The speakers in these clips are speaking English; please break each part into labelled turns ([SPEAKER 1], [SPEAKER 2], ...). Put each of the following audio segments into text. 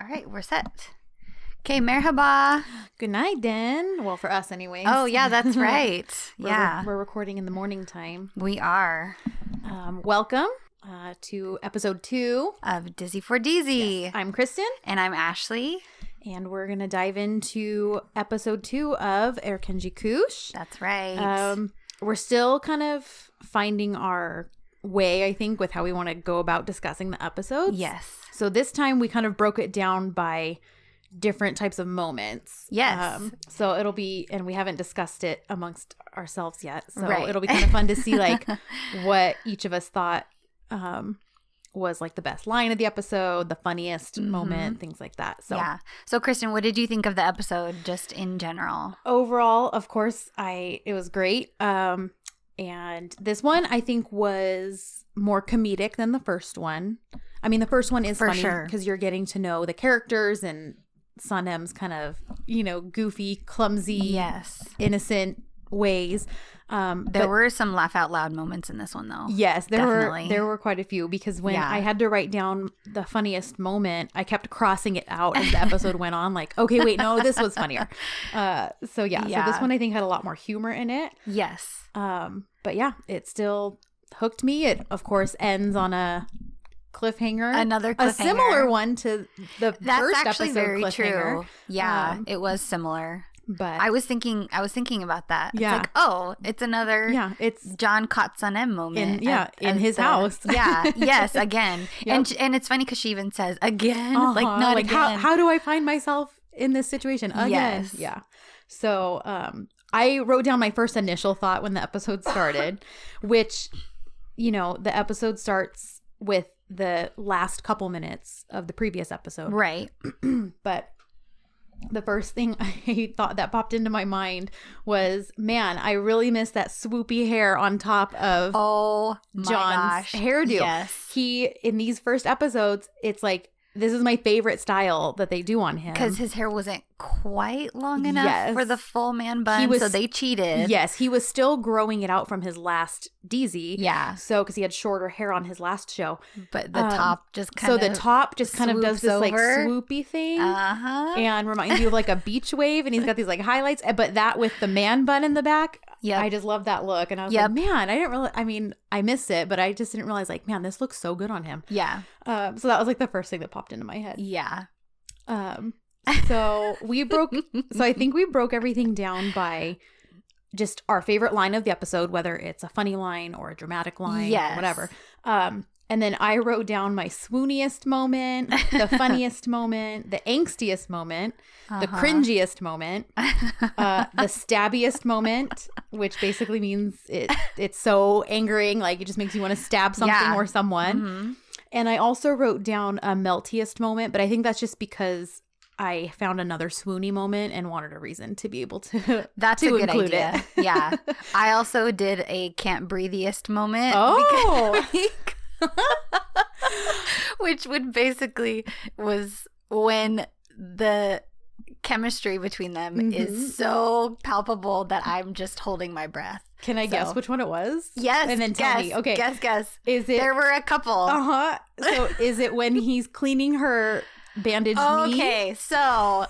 [SPEAKER 1] All right, we're set. Okay, merhaba.
[SPEAKER 2] Good night, then. Well, for us, anyway.
[SPEAKER 1] Oh, yeah, that's right.
[SPEAKER 2] We're-
[SPEAKER 1] yeah,
[SPEAKER 2] We're recording in the morning time.
[SPEAKER 1] we are
[SPEAKER 2] Um, welcome uh, to episode two.
[SPEAKER 1] of Dizzy for Dizzy.
[SPEAKER 2] I'm Kristen,
[SPEAKER 1] And I'm Ashley.
[SPEAKER 2] and we're going to dive into episode two of Erkenji Kush.
[SPEAKER 1] That's right.
[SPEAKER 2] Um, we're still kind of finding our way, I think, with how we want to go about discussing the episodes.
[SPEAKER 1] yes.
[SPEAKER 2] So this time we kind of broke it down by different types of moments. Um,
[SPEAKER 1] Yes.
[SPEAKER 2] so it'll be, and we haven't discussed it amongst ourselves yet. So
[SPEAKER 1] Right.
[SPEAKER 2] it'll be kind of fun to see like what each of us thought um, was like the best line of the episode, the funniest moment, things like that. So
[SPEAKER 1] Mm-hmm. Yeah. So, Kristen, what did you think of the episode just in general?
[SPEAKER 2] overall, of course, I it was great. Um, and this one I think was more comedic than the first one. I mean, the first one is
[SPEAKER 1] For
[SPEAKER 2] funny
[SPEAKER 1] sure.
[SPEAKER 2] because you're getting to know the characters and Sonam's kind of you know goofy, clumsy,
[SPEAKER 1] Yes.
[SPEAKER 2] innocent ways. Um,
[SPEAKER 1] There
[SPEAKER 2] but-
[SPEAKER 1] were some laugh out loud moments in this one, though.
[SPEAKER 2] Yes, there
[SPEAKER 1] Definitely.
[SPEAKER 2] were there were quite a few because when
[SPEAKER 1] Yeah.
[SPEAKER 2] I had to write down the funniest moment, I kept crossing it out as the episode went on. Like, okay, wait, no, this was funnier. Uh, so yeah, so
[SPEAKER 1] Yeah.
[SPEAKER 2] this one I think had a lot more humor in it.
[SPEAKER 1] Yes.
[SPEAKER 2] Um, but yeah, it still hooked me. It of course ends on a cliffhanger,
[SPEAKER 1] Another
[SPEAKER 2] a
[SPEAKER 1] cliffhanger.
[SPEAKER 2] similar one to the
[SPEAKER 1] That's
[SPEAKER 2] first
[SPEAKER 1] actually
[SPEAKER 2] episode
[SPEAKER 1] very
[SPEAKER 2] cliffhanger.
[SPEAKER 1] true. Yeah,
[SPEAKER 2] Um,
[SPEAKER 1] it was similar.
[SPEAKER 2] But
[SPEAKER 1] I was thinking. I was thinking about that.
[SPEAKER 2] Yeah.
[SPEAKER 1] It's like, oh, it's another.
[SPEAKER 2] yeah, it's
[SPEAKER 1] John caught Sun M moment.
[SPEAKER 2] In- yeah, in his house.
[SPEAKER 1] yeah, yes, again.
[SPEAKER 2] Yep.
[SPEAKER 1] And sh- and it's funny because she even says again, like
[SPEAKER 2] Uh-huh,
[SPEAKER 1] not again.
[SPEAKER 2] how how do I find myself in this situation again?
[SPEAKER 1] Yes.
[SPEAKER 2] Yeah. So um I wrote down my first initial thought when the episode started, which you know, the episode starts with the last couple minutes of the previous episode.
[SPEAKER 1] right.
[SPEAKER 2] But the first thing I thought that popped into my mind was, man, I really miss that swoopy hair on top of
[SPEAKER 1] Oh my
[SPEAKER 2] John's
[SPEAKER 1] gosh.
[SPEAKER 2] hairdo.
[SPEAKER 1] Yes.
[SPEAKER 2] He in these first episodes, it's like this is my favorite style that they do on him.
[SPEAKER 1] Because his hair wasn't quite long enough
[SPEAKER 2] Yes.
[SPEAKER 1] for the full man bun,
[SPEAKER 2] was-
[SPEAKER 1] so they cheated.
[SPEAKER 2] yes, he was still growing it out from his last DZ.
[SPEAKER 1] Yeah.
[SPEAKER 2] So because he had shorter hair on his last show,
[SPEAKER 1] But the
[SPEAKER 2] Um,
[SPEAKER 1] top just kind
[SPEAKER 2] so
[SPEAKER 1] of
[SPEAKER 2] the top just kind of
[SPEAKER 1] swoops
[SPEAKER 2] does this like
[SPEAKER 1] over.
[SPEAKER 2] swoopy thing.
[SPEAKER 1] Uh huh.
[SPEAKER 2] and reminds you of like a beach wave, and he's got these like highlights, eh, but that with the man bun in the back.
[SPEAKER 1] Yep.
[SPEAKER 2] I just love that look, and I was
[SPEAKER 1] Yep.
[SPEAKER 2] like, man, I didn't really. I mean, I miss it, but I just didn't realize like, man, this looks so good on him.
[SPEAKER 1] Yeah.
[SPEAKER 2] Um, so that was like the first thing that popped into my head.
[SPEAKER 1] Yeah.
[SPEAKER 2] Um, so we broke. so I think we broke everything down by just our favorite line of the episode, whether it's a funny line or a dramatic line, yeah,
[SPEAKER 1] Yes.
[SPEAKER 2] whatever. Um, and then I wrote down my swooniest moment, the funniest moment, the angstiest moment, the
[SPEAKER 1] Uh-huh.
[SPEAKER 2] cringiest moment, uh, the stabbiest moment, which basically means it it's so angering, like it just makes you want to stab something
[SPEAKER 1] Yeah.
[SPEAKER 2] or someone.
[SPEAKER 1] Mhm.
[SPEAKER 2] And I also wrote down a meltiest moment, but I think that's just because I found another swoony moment and wanted a reason to be able to.
[SPEAKER 1] That's
[SPEAKER 2] to
[SPEAKER 1] a good
[SPEAKER 2] include
[SPEAKER 1] idea. yeah. I also did a can't breathiest moment.
[SPEAKER 2] Oh,
[SPEAKER 1] which would basically was when the chemistry between them
[SPEAKER 2] Mhm.
[SPEAKER 1] is so palpable that I'm just holding my breath.
[SPEAKER 2] can I guess
[SPEAKER 1] So-
[SPEAKER 2] which one it was?
[SPEAKER 1] Yes.
[SPEAKER 2] and then tell
[SPEAKER 1] guess,
[SPEAKER 2] me. Okay,
[SPEAKER 1] Guess, guess.
[SPEAKER 2] is it?
[SPEAKER 1] There were a couple.
[SPEAKER 2] Uh huh. So is it when he's cleaning her bandaged knee?
[SPEAKER 1] Okay, so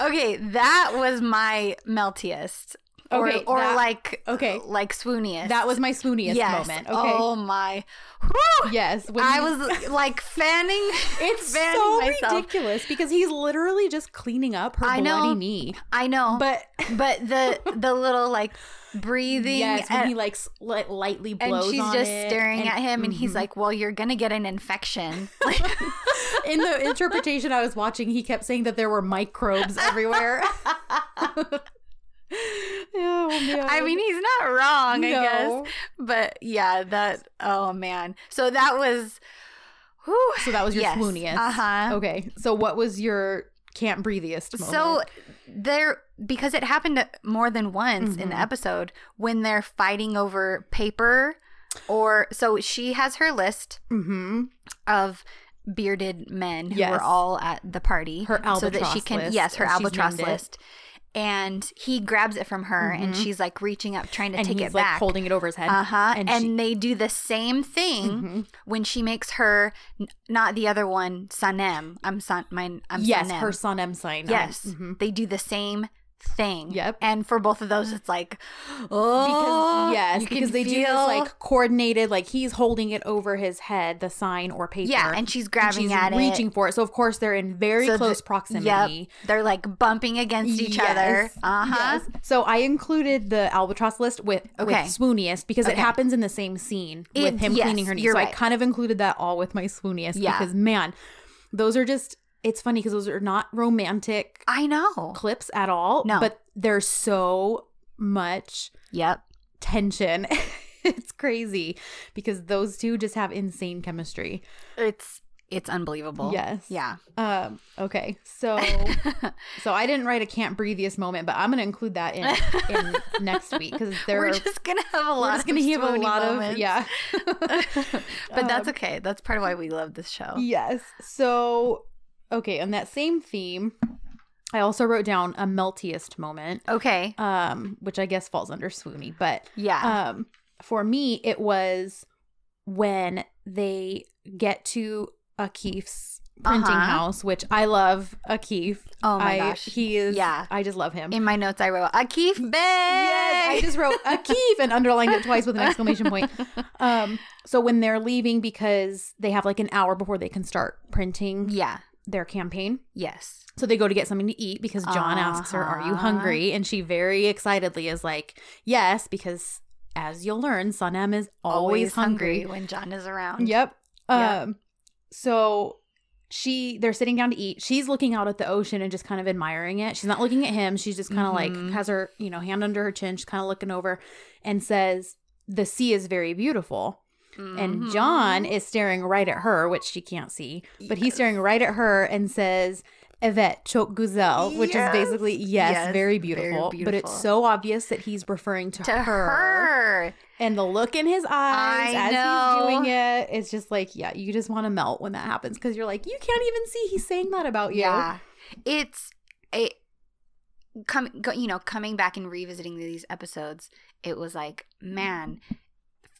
[SPEAKER 1] okay, that was my meltiest, or,
[SPEAKER 2] Okay,
[SPEAKER 1] or
[SPEAKER 2] that-
[SPEAKER 1] like
[SPEAKER 2] okay.
[SPEAKER 1] like swooniest.
[SPEAKER 2] That was my swooniest
[SPEAKER 1] yes.
[SPEAKER 2] moment. Okay.
[SPEAKER 1] Oh my! Whew!
[SPEAKER 2] Yes. when
[SPEAKER 1] I
[SPEAKER 2] he-
[SPEAKER 1] was like fanning.
[SPEAKER 2] It's
[SPEAKER 1] fanning
[SPEAKER 2] so
[SPEAKER 1] myself.
[SPEAKER 2] ridiculous because he's literally just cleaning up her
[SPEAKER 1] I know.
[SPEAKER 2] bloody knee.
[SPEAKER 1] I know, but
[SPEAKER 2] But
[SPEAKER 1] but the the little like breathing.
[SPEAKER 2] yes, when
[SPEAKER 1] and,
[SPEAKER 2] he like sli- lightly
[SPEAKER 1] and
[SPEAKER 2] blows
[SPEAKER 1] she's
[SPEAKER 2] on
[SPEAKER 1] just
[SPEAKER 2] it
[SPEAKER 1] staring
[SPEAKER 2] and-
[SPEAKER 1] at him, and he's
[SPEAKER 2] Mhm.
[SPEAKER 1] like, "Well, you're gonna get an infection."
[SPEAKER 2] in the interpretation I was watching, he kept saying that there were microbes everywhere. oh man!
[SPEAKER 1] I mean, he's not wrong, I guess.
[SPEAKER 2] No.
[SPEAKER 1] But yeah, that. Oh man. So that was. Whew,
[SPEAKER 2] So that was your swooniest.
[SPEAKER 1] Uh huh.
[SPEAKER 2] Okay, so what was your can't breathiest moment?
[SPEAKER 1] So there, because it happened more than once in the
[SPEAKER 2] Mhm.
[SPEAKER 1] episode when they're fighting over paper, or so she has her list mm-hmm.
[SPEAKER 2] hmm
[SPEAKER 1] of bearded men who
[SPEAKER 2] Yes.
[SPEAKER 1] were all at the party,
[SPEAKER 2] Her
[SPEAKER 1] so that she
[SPEAKER 2] albatross
[SPEAKER 1] can
[SPEAKER 2] list,
[SPEAKER 1] yes her
[SPEAKER 2] as she's
[SPEAKER 1] albatross
[SPEAKER 2] named it.
[SPEAKER 1] list, and he grabs it from her and
[SPEAKER 2] Mhm.
[SPEAKER 1] she's like reaching up trying to
[SPEAKER 2] and
[SPEAKER 1] take
[SPEAKER 2] he's
[SPEAKER 1] it
[SPEAKER 2] like
[SPEAKER 1] back.
[SPEAKER 2] holding it over his head.
[SPEAKER 1] uh-huh.
[SPEAKER 2] and
[SPEAKER 1] And,
[SPEAKER 2] she-
[SPEAKER 1] they do the same thing
[SPEAKER 2] Mhm.
[SPEAKER 1] when she makes her n- not the other one Sanem. I'm San mine I'm
[SPEAKER 2] yes,
[SPEAKER 1] Sanem.
[SPEAKER 2] her son M sign.
[SPEAKER 1] Yes.
[SPEAKER 2] hmm
[SPEAKER 1] They do the same thing.
[SPEAKER 2] Yep.
[SPEAKER 1] And for both of those it's like
[SPEAKER 2] Because
[SPEAKER 1] oh
[SPEAKER 2] yes,
[SPEAKER 1] you can
[SPEAKER 2] because they do this
[SPEAKER 1] feel-
[SPEAKER 2] like coordinated, like he's holding it over his head, the sign or paper.
[SPEAKER 1] Yeah, and she's grabbing
[SPEAKER 2] she's
[SPEAKER 1] at it.
[SPEAKER 2] reaching for it. So of course they're in very
[SPEAKER 1] So the-
[SPEAKER 2] close proximity.
[SPEAKER 1] Yep. They're like bumping against each other.
[SPEAKER 2] Yes,
[SPEAKER 1] Uh huh.
[SPEAKER 2] yes. So I included the albatross list with, with
[SPEAKER 1] Okay.
[SPEAKER 2] swooniest because it
[SPEAKER 1] Okay.
[SPEAKER 2] happens in the same scene
[SPEAKER 1] It-
[SPEAKER 2] with him
[SPEAKER 1] yes,
[SPEAKER 2] cleaning her knee. So
[SPEAKER 1] you're
[SPEAKER 2] I
[SPEAKER 1] right.
[SPEAKER 2] kind of included that all with my swooniest
[SPEAKER 1] Yeah.
[SPEAKER 2] because man, those are just it's funny because those are not romantic
[SPEAKER 1] I know.
[SPEAKER 2] clips at all.
[SPEAKER 1] No.
[SPEAKER 2] But there's so much
[SPEAKER 1] Yep.
[SPEAKER 2] tension. it's crazy because those two just have insane chemistry.
[SPEAKER 1] It's it's unbelievable.
[SPEAKER 2] Yes.
[SPEAKER 1] Yeah.
[SPEAKER 2] Um, okay. So so I didn't write a can't breathiest moment, but I'm gonna include that in, in next week because there
[SPEAKER 1] we're
[SPEAKER 2] are
[SPEAKER 1] just gonna have a lot.
[SPEAKER 2] we're just gonna
[SPEAKER 1] of
[SPEAKER 2] have a
[SPEAKER 1] swoony
[SPEAKER 2] lot of
[SPEAKER 1] moments.
[SPEAKER 2] yeah. Um,
[SPEAKER 1] but that's okay. That's part of why we love this show.
[SPEAKER 2] Yes. So okay, on that same theme, I also wrote down a meltiest moment.
[SPEAKER 1] Okay.
[SPEAKER 2] Um, which I guess falls under swoony, but
[SPEAKER 1] Yeah.
[SPEAKER 2] um for me it was when they get to Akif's printing
[SPEAKER 1] Uh-huh.
[SPEAKER 2] house which I love Akif.
[SPEAKER 1] oh my
[SPEAKER 2] I,
[SPEAKER 1] gosh.
[SPEAKER 2] He is
[SPEAKER 1] Yeah.
[SPEAKER 2] I just love him.
[SPEAKER 1] In my notes, I wrote Akif Bey.
[SPEAKER 2] Yes, I just wrote Akif and underlined it twice with an exclamation point. Um so when they're leaving because they have like an hour before they can start printing
[SPEAKER 1] yeah.
[SPEAKER 2] their campaign.
[SPEAKER 1] Yes.
[SPEAKER 2] So they go to get something to eat because John asks her, Are you
[SPEAKER 1] Uh-huh.
[SPEAKER 2] hungry? And she very excitedly is like, Yes, because as you'll learn, Son M is always, hungry.
[SPEAKER 1] when John is around.
[SPEAKER 2] Yep.
[SPEAKER 1] Yeah.
[SPEAKER 2] Um so she they're sitting down to eat. She's looking out at the ocean and just kind of admiring it. She's not looking at him. She's just kind of
[SPEAKER 1] Mhm.
[SPEAKER 2] like has her, you know, hand under her chin, she's kind of looking over and says, The sea is very beautiful.
[SPEAKER 1] Mm-hmm.
[SPEAKER 2] And John is staring right at her, which she can't see, but he's staring right at her and says, Evet, çok güzel, which
[SPEAKER 1] Yes.
[SPEAKER 2] is basically, yes,
[SPEAKER 1] Yes, very
[SPEAKER 2] very, beautiful, But
[SPEAKER 1] beautiful.
[SPEAKER 2] it's so obvious that he's referring to,
[SPEAKER 1] to
[SPEAKER 2] her.
[SPEAKER 1] her.
[SPEAKER 2] And the look in his eyes
[SPEAKER 1] I
[SPEAKER 2] as
[SPEAKER 1] know.
[SPEAKER 2] he's doing it, it's just like, yeah, you just want to melt when that happens because you're like, you can't even see he's saying that about you.
[SPEAKER 1] Yeah. It's it come go, you know coming back and revisiting these episodes. It was like man,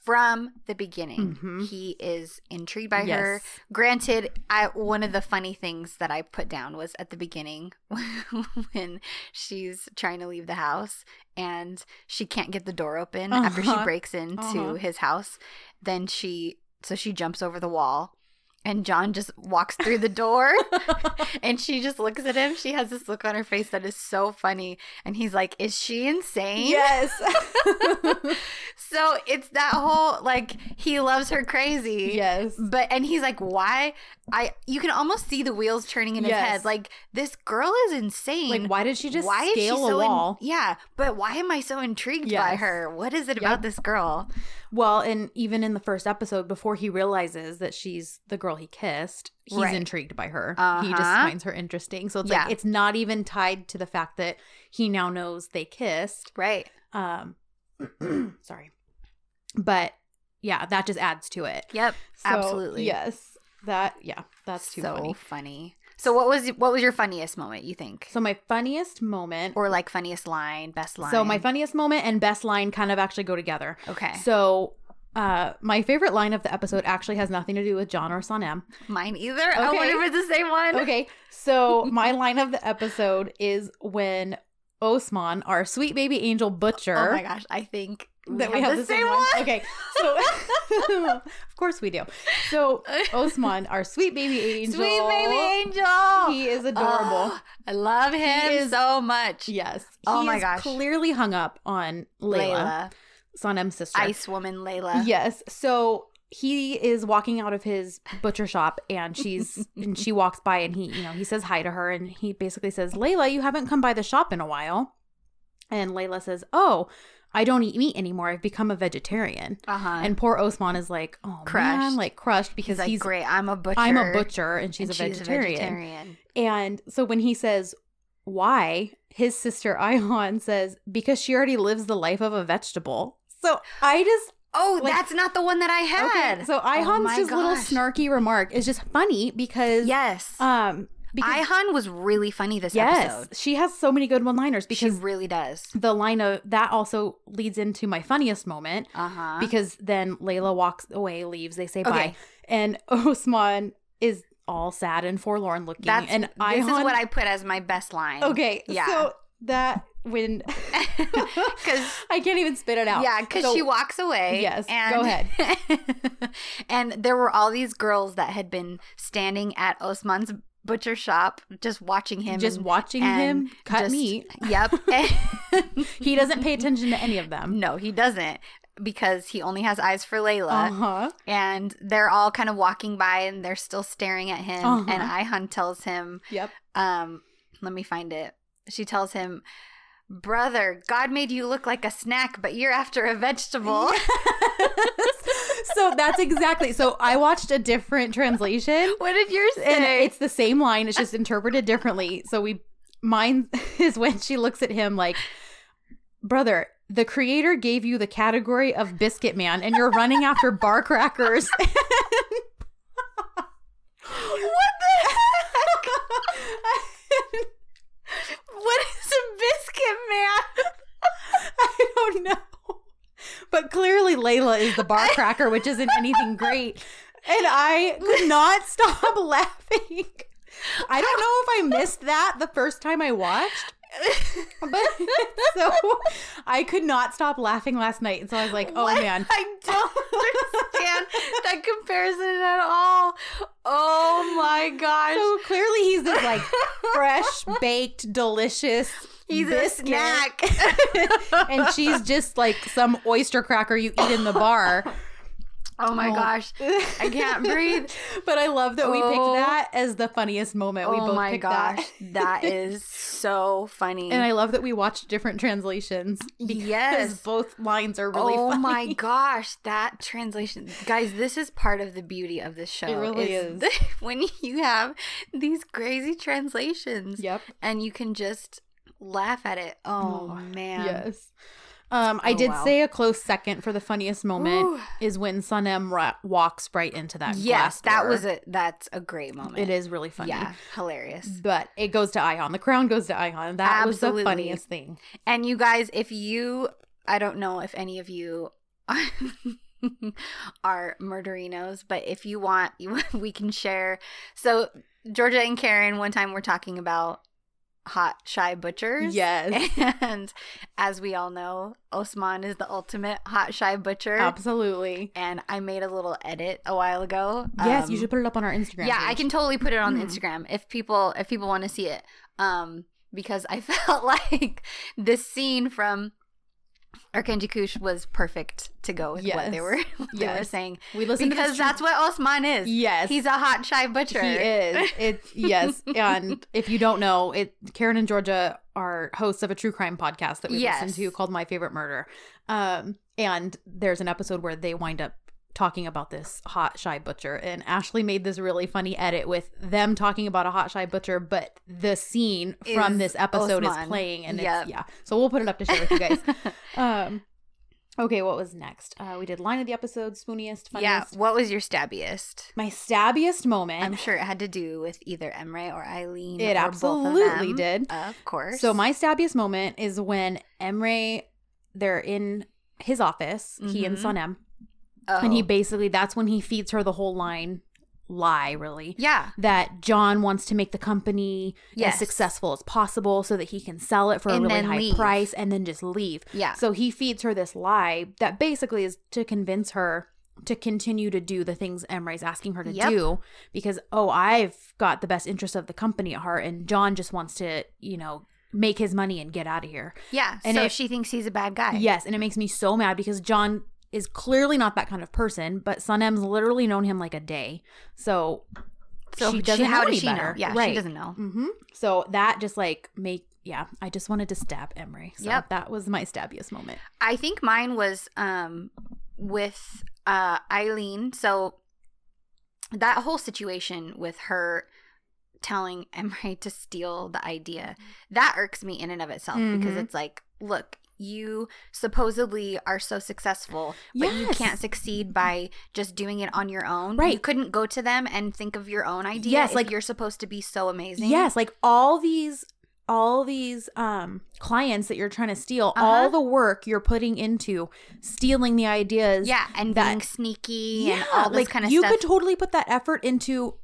[SPEAKER 1] from the beginning,
[SPEAKER 2] Mhm.
[SPEAKER 1] he is intrigued by
[SPEAKER 2] Yes.
[SPEAKER 1] her. Granted, I one of the funny things that I put down was at the beginning when she's trying to leave the house and she can't get the door open after she
[SPEAKER 2] Uh-huh.
[SPEAKER 1] breaks into
[SPEAKER 2] Uh-huh.
[SPEAKER 1] his house. Then she so she jumps over the wall and John just walks through the door and she just looks at him. She has this look on her face that is so funny and he's like, "Is she insane?"
[SPEAKER 2] Yes.
[SPEAKER 1] So it's that whole like he loves her crazy.
[SPEAKER 2] yes.
[SPEAKER 1] But and he's like, why? I you can almost see the wheels turning in his
[SPEAKER 2] Yes.
[SPEAKER 1] head. Like this girl is insane.
[SPEAKER 2] Like, why did she just
[SPEAKER 1] why
[SPEAKER 2] scale
[SPEAKER 1] is she so
[SPEAKER 2] a
[SPEAKER 1] in-
[SPEAKER 2] wall?
[SPEAKER 1] yeah, but why am I so intrigued by
[SPEAKER 2] Yes.
[SPEAKER 1] her? What is it
[SPEAKER 2] Yep.
[SPEAKER 1] about this girl?
[SPEAKER 2] Well, and even in the first episode, before he realizes that she's the girl he kissed, he's
[SPEAKER 1] Right.
[SPEAKER 2] intrigued by her. He just
[SPEAKER 1] Uh-huh.
[SPEAKER 2] finds her interesting. So it's
[SPEAKER 1] Yeah.
[SPEAKER 2] like it's not even tied to the fact that he now knows they kissed.
[SPEAKER 1] Right.
[SPEAKER 2] Um, sorry, but yeah, that just adds to it.
[SPEAKER 1] Yep.
[SPEAKER 2] So,
[SPEAKER 1] Absolutely.
[SPEAKER 2] Yes. That yeah, that's too
[SPEAKER 1] so
[SPEAKER 2] funny.
[SPEAKER 1] So what was what was your funniest moment? You think,
[SPEAKER 2] So my funniest moment,
[SPEAKER 1] or like funniest line, best line?
[SPEAKER 2] so my funniest moment and best line kind of actually go together.
[SPEAKER 1] okay.
[SPEAKER 2] So, uh, my favorite line of the episode actually has nothing to do with John or Son M.
[SPEAKER 1] Mine either. I
[SPEAKER 2] Okay.
[SPEAKER 1] wonder if it's the same one.
[SPEAKER 2] Okay, so my line of the episode is when Osman, our sweet baby angel butcher,
[SPEAKER 1] Oh my gosh, I think
[SPEAKER 2] that we have, the, same, one. Okay, so of course we do. So Osman, our sweet baby angel,
[SPEAKER 1] Sweet baby angel.
[SPEAKER 2] he is adorable.
[SPEAKER 1] Oh, I love him
[SPEAKER 2] is-
[SPEAKER 1] so much.
[SPEAKER 2] Yes.
[SPEAKER 1] Oh
[SPEAKER 2] He
[SPEAKER 1] my
[SPEAKER 2] is
[SPEAKER 1] gosh.
[SPEAKER 2] Clearly hung up on Layla,
[SPEAKER 1] Layla.
[SPEAKER 2] Son M's sister.
[SPEAKER 1] Ice woman Layla.
[SPEAKER 2] Yes. So he is walking out of his butcher shop and she's and she walks by and he, you know, he says hi to her and he basically says, "Layla, you haven't come by the shop in a while." And Layla says, "Oh, I don't eat meat anymore. I've become a vegetarian."
[SPEAKER 1] Uh-huh.
[SPEAKER 2] And poor Osman is like, "Oh, crushed. man,
[SPEAKER 1] Crushed.
[SPEAKER 2] like crushed because
[SPEAKER 1] he's like,
[SPEAKER 2] he's,
[SPEAKER 1] great. I'm a butcher.
[SPEAKER 2] I'm a butcher and she's,
[SPEAKER 1] and
[SPEAKER 2] a, vegetarian.
[SPEAKER 1] vegetarian.
[SPEAKER 2] And so when he says, "Why?" his sister Ion says, "Because she already lives the life of a vegetable." So I just
[SPEAKER 1] Oh,
[SPEAKER 2] Like-
[SPEAKER 1] that's not the one that I
[SPEAKER 2] Okay,
[SPEAKER 1] had.
[SPEAKER 2] so
[SPEAKER 1] my
[SPEAKER 2] Ihon's just little
[SPEAKER 1] gosh.
[SPEAKER 2] snarky remark is just funny because
[SPEAKER 1] yes.
[SPEAKER 2] um Because
[SPEAKER 1] Ihan was really funny this
[SPEAKER 2] yes,
[SPEAKER 1] episode.
[SPEAKER 2] she has so many good one-liners
[SPEAKER 1] She
[SPEAKER 2] because
[SPEAKER 1] really does.
[SPEAKER 2] the line of that also leads into my funniest moment
[SPEAKER 1] Uh huh.
[SPEAKER 2] because then Layla walks away, leaves, they say
[SPEAKER 1] Okay.
[SPEAKER 2] bye, and Osman is all sad and forlorn looking.
[SPEAKER 1] That's
[SPEAKER 2] and
[SPEAKER 1] this is what I put as my best line.
[SPEAKER 2] okay,
[SPEAKER 1] Yeah.
[SPEAKER 2] So that when
[SPEAKER 1] Because
[SPEAKER 2] I can't even spit it out.
[SPEAKER 1] Yeah, because
[SPEAKER 2] So-
[SPEAKER 1] she walks away.
[SPEAKER 2] Yes,
[SPEAKER 1] And,
[SPEAKER 2] go
[SPEAKER 1] ahead. and there were all these girls that had been standing at Osman's butcher shop, just watching him,
[SPEAKER 2] just
[SPEAKER 1] and
[SPEAKER 2] watching
[SPEAKER 1] and
[SPEAKER 2] him cut
[SPEAKER 1] just-
[SPEAKER 2] meat.
[SPEAKER 1] Yep. And-
[SPEAKER 2] He doesn't pay attention to any of them.
[SPEAKER 1] no, he doesn't because he only has eyes for Layla.
[SPEAKER 2] Uh huh.
[SPEAKER 1] And they're all kind of walking by, and they're still staring at him.
[SPEAKER 2] Uh-huh.
[SPEAKER 1] And Ihan tells him,
[SPEAKER 2] Yep.
[SPEAKER 1] um, "Let me find it." She tells him. Brother, God made you look like a snack, but you're after a vegetable.
[SPEAKER 2] so that's exactly. So I watched a different translation,
[SPEAKER 1] What did yours say?
[SPEAKER 2] and it's the same line. It's just interpreted differently. So we mine is when she looks at him like, "Brother, the creator gave you the category of biscuit man, and you're running after bar crackers."
[SPEAKER 1] What the heck? what is a biscuit man?
[SPEAKER 2] I don't know. But clearly Layla is the bar cracker, which isn't anything great. And I could not stop laughing. I don't know if I missed that the first time I watched, but so I could not stop laughing last night. And so I was like, oh
[SPEAKER 1] What?
[SPEAKER 2] man.
[SPEAKER 1] I don't understand that comparison at all. Oh my gosh.
[SPEAKER 2] So clearly he's this like fresh, baked, delicious
[SPEAKER 1] He's
[SPEAKER 2] biscuit.
[SPEAKER 1] a snack.
[SPEAKER 2] And she's just like some oyster cracker you eat in the bar.
[SPEAKER 1] oh my
[SPEAKER 2] Oh.
[SPEAKER 1] gosh. I can't breathe.
[SPEAKER 2] But I love that we
[SPEAKER 1] Oh.
[SPEAKER 2] picked that as the funniest moment. we
[SPEAKER 1] oh
[SPEAKER 2] both
[SPEAKER 1] my
[SPEAKER 2] picked
[SPEAKER 1] gosh.
[SPEAKER 2] that.
[SPEAKER 1] that is so funny.
[SPEAKER 2] And I love that we watched different translations because
[SPEAKER 1] yes.
[SPEAKER 2] both lines are really
[SPEAKER 1] oh
[SPEAKER 2] funny.
[SPEAKER 1] my gosh, that translation, guys! This is part of the beauty of this show.
[SPEAKER 2] really is.
[SPEAKER 1] when you have these crazy translations,
[SPEAKER 2] Yep.
[SPEAKER 1] and you can just laugh at it. Oh,
[SPEAKER 2] Oh,
[SPEAKER 1] man,
[SPEAKER 2] Yes. Um, I
[SPEAKER 1] Oh,
[SPEAKER 2] did
[SPEAKER 1] wow.
[SPEAKER 2] say a close second for the funniest moment
[SPEAKER 1] Ooh.
[SPEAKER 2] is when Sunem ra- walks right into that.
[SPEAKER 1] yes,
[SPEAKER 2] glass
[SPEAKER 1] that
[SPEAKER 2] door.
[SPEAKER 1] was a that's a great moment.
[SPEAKER 2] It is really funny.
[SPEAKER 1] yeah, hilarious.
[SPEAKER 2] But it goes to Ion. The crown goes to Ion. That was
[SPEAKER 1] Absolutely.
[SPEAKER 2] the funniest thing.
[SPEAKER 1] And you guys, if you, I don't know if any of you are murderinos, but if you want, you, we can share. So, Georgia and Karen, one time we're talking about hot, shy butchers.
[SPEAKER 2] Yes.
[SPEAKER 1] And as we all know, Osman is the ultimate hot, shy butcher.
[SPEAKER 2] Absolutely.
[SPEAKER 1] And I made a little edit a while ago.
[SPEAKER 2] yes, you
[SPEAKER 1] Um,
[SPEAKER 2] should put it up on our Instagram.
[SPEAKER 1] yeah, I
[SPEAKER 2] page.
[SPEAKER 1] can totally put it on the
[SPEAKER 2] Mhm.
[SPEAKER 1] Instagram if people if people want to see it. Um, because I felt like this scene from Arkanji Kush was perfect to go with what they
[SPEAKER 2] Yes.
[SPEAKER 1] were what they were
[SPEAKER 2] Yes.
[SPEAKER 1] saying
[SPEAKER 2] We listen to
[SPEAKER 1] because
[SPEAKER 2] this
[SPEAKER 1] that's what Osman is.
[SPEAKER 2] Yes.
[SPEAKER 1] He's a hot shy butcher.
[SPEAKER 2] He is. It's yes. And if you don't know, it Karen and Georgia are hosts of a true crime podcast that we
[SPEAKER 1] Yes.
[SPEAKER 2] listen to called My Favorite Murder. Um, and there's an episode where they wind up talking about this hot shy butcher and Ashley made this really funny edit with them talking about a hot shy butcher but the scene from
[SPEAKER 1] Is
[SPEAKER 2] this episode
[SPEAKER 1] Osman.
[SPEAKER 2] is playing and
[SPEAKER 1] Yep.
[SPEAKER 2] it's yeah so we'll put it up to share with you guys um okay what was next uh we did line of the episode spooniest
[SPEAKER 1] Yeah.
[SPEAKER 2] funniest
[SPEAKER 1] What was your stabbiest?
[SPEAKER 2] my stabbiest moment
[SPEAKER 1] I'm sure it had to do with either Emre or Eileen.
[SPEAKER 2] It
[SPEAKER 1] or both of
[SPEAKER 2] absolutely
[SPEAKER 1] them.
[SPEAKER 2] did.
[SPEAKER 1] Of course.
[SPEAKER 2] So my stabbiest moment is when Emre, they're in his office, he and
[SPEAKER 1] Mhm.
[SPEAKER 2] Sonem,
[SPEAKER 1] Oh.
[SPEAKER 2] and he basically that's when he feeds her the whole line lie really
[SPEAKER 1] yeah.
[SPEAKER 2] that John wants to make the company
[SPEAKER 1] Yes.
[SPEAKER 2] as successful as possible so that he can sell it for
[SPEAKER 1] And
[SPEAKER 2] a really
[SPEAKER 1] then
[SPEAKER 2] high
[SPEAKER 1] leave.
[SPEAKER 2] price and then just leave.
[SPEAKER 1] Yeah.
[SPEAKER 2] So he feeds her this lie that basically is to convince her to continue to do the things Emre's asking her to
[SPEAKER 1] Yep.
[SPEAKER 2] do because, oh, I've got the best interest of the company at heart and John just wants to, you know, make his money and get out of here.
[SPEAKER 1] Yeah.
[SPEAKER 2] and
[SPEAKER 1] so
[SPEAKER 2] it-
[SPEAKER 1] she thinks he's a bad guy.
[SPEAKER 2] Yes. And it makes me so mad because John is clearly not that kind of person, but Sunem's literally known him like a day. So,
[SPEAKER 1] So
[SPEAKER 2] she doesn't
[SPEAKER 1] how
[SPEAKER 2] know
[SPEAKER 1] does
[SPEAKER 2] any
[SPEAKER 1] she know?
[SPEAKER 2] better.
[SPEAKER 1] Yeah.
[SPEAKER 2] Right.
[SPEAKER 1] She doesn't know.
[SPEAKER 2] Mm-hmm. So that just like make yeah. I just wanted to stab Emery. So
[SPEAKER 1] Yep.
[SPEAKER 2] that was my stabbiest moment.
[SPEAKER 1] I think mine was um with uh Eileen. So that whole situation with her telling Emery to steal the idea, that irks me in and of itself because
[SPEAKER 2] Mhm.
[SPEAKER 1] it's like, look, you supposedly are so successful, but you
[SPEAKER 2] Yes.
[SPEAKER 1] can't succeed by just doing it on your own. You
[SPEAKER 2] Right.
[SPEAKER 1] couldn't go to them and think of your own idea.
[SPEAKER 2] Yes,
[SPEAKER 1] if
[SPEAKER 2] like-
[SPEAKER 1] you're supposed to be so amazing.
[SPEAKER 2] Yes, like all these all these um clients that you're trying to steal,
[SPEAKER 1] Uh-huh.
[SPEAKER 2] all the work you're putting into stealing the ideas.
[SPEAKER 1] Yeah, and
[SPEAKER 2] That-
[SPEAKER 1] being sneaky and all this
[SPEAKER 2] like,
[SPEAKER 1] kind of
[SPEAKER 2] you
[SPEAKER 1] stuff.
[SPEAKER 2] could totally put that effort into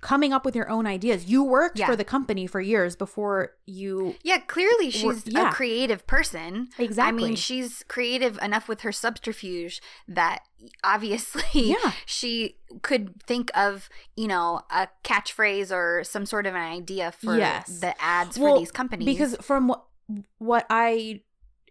[SPEAKER 2] coming up with your own ideas. You worked
[SPEAKER 1] Yeah.
[SPEAKER 2] for the company for years before you
[SPEAKER 1] yeah, clearly
[SPEAKER 2] Wor-
[SPEAKER 1] she's a
[SPEAKER 2] yeah.
[SPEAKER 1] creative person.
[SPEAKER 2] Exactly.
[SPEAKER 1] I mean, she's creative enough with her subterfuge that obviously
[SPEAKER 2] Yeah.
[SPEAKER 1] she could think of, you know, a catchphrase or some sort of an idea for
[SPEAKER 2] Yes.
[SPEAKER 1] the ads for
[SPEAKER 2] Well,
[SPEAKER 1] these companies.
[SPEAKER 2] because from what what I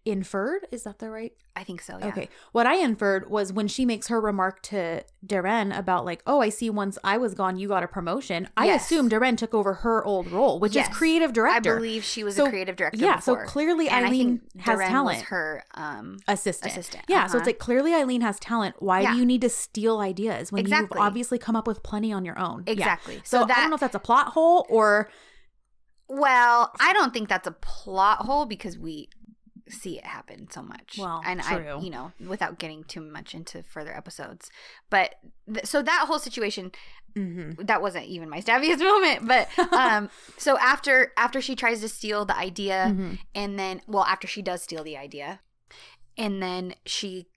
[SPEAKER 2] inferred is that the right
[SPEAKER 1] I think so. Yeah.
[SPEAKER 2] Okay. What I inferred was when she makes her remark to Darren about like, "Oh, I see once I was gone, you got a promotion." I
[SPEAKER 1] Yes.
[SPEAKER 2] assume Darren took over her old role, which
[SPEAKER 1] Yes.
[SPEAKER 2] is creative director.
[SPEAKER 1] I believe she was a
[SPEAKER 2] So,
[SPEAKER 1] creative director.
[SPEAKER 2] yeah,
[SPEAKER 1] before.
[SPEAKER 2] so clearly
[SPEAKER 1] and
[SPEAKER 2] Eileen
[SPEAKER 1] I think
[SPEAKER 2] has
[SPEAKER 1] Doreen was
[SPEAKER 2] talent.
[SPEAKER 1] her um,
[SPEAKER 2] assistant.
[SPEAKER 1] assistant.
[SPEAKER 2] Yeah, so
[SPEAKER 1] Uh-huh.
[SPEAKER 2] it's like clearly Eileen has talent. Why
[SPEAKER 1] Yeah.
[SPEAKER 2] do you need to steal ideas when
[SPEAKER 1] Exactly.
[SPEAKER 2] you've obviously come up with plenty on your own? Yeah.
[SPEAKER 1] exactly.
[SPEAKER 2] So, I don't know if that's a plot hole or
[SPEAKER 1] Well, I don't think that's a plot hole because we see it happen so much.
[SPEAKER 2] Well,
[SPEAKER 1] and
[SPEAKER 2] true.
[SPEAKER 1] I, you know, without getting too much into further episodes, but th- so that whole situation
[SPEAKER 2] Mhm.
[SPEAKER 1] that wasn't even my stabbiest moment. But um, so after after she tries to steal the idea,
[SPEAKER 2] Mhm.
[SPEAKER 1] and then well, after she does steal the idea, and then she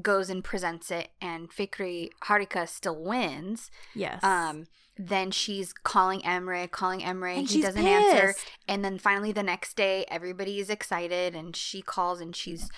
[SPEAKER 1] goes and presents it, and Fikri Harika still wins.
[SPEAKER 2] yes.
[SPEAKER 1] Um, then she's calling Emre, calling Emre.
[SPEAKER 2] And
[SPEAKER 1] he
[SPEAKER 2] she's
[SPEAKER 1] doesn't answer.
[SPEAKER 2] pissed.
[SPEAKER 1] And then finally the next day, everybody is excited and she calls and she's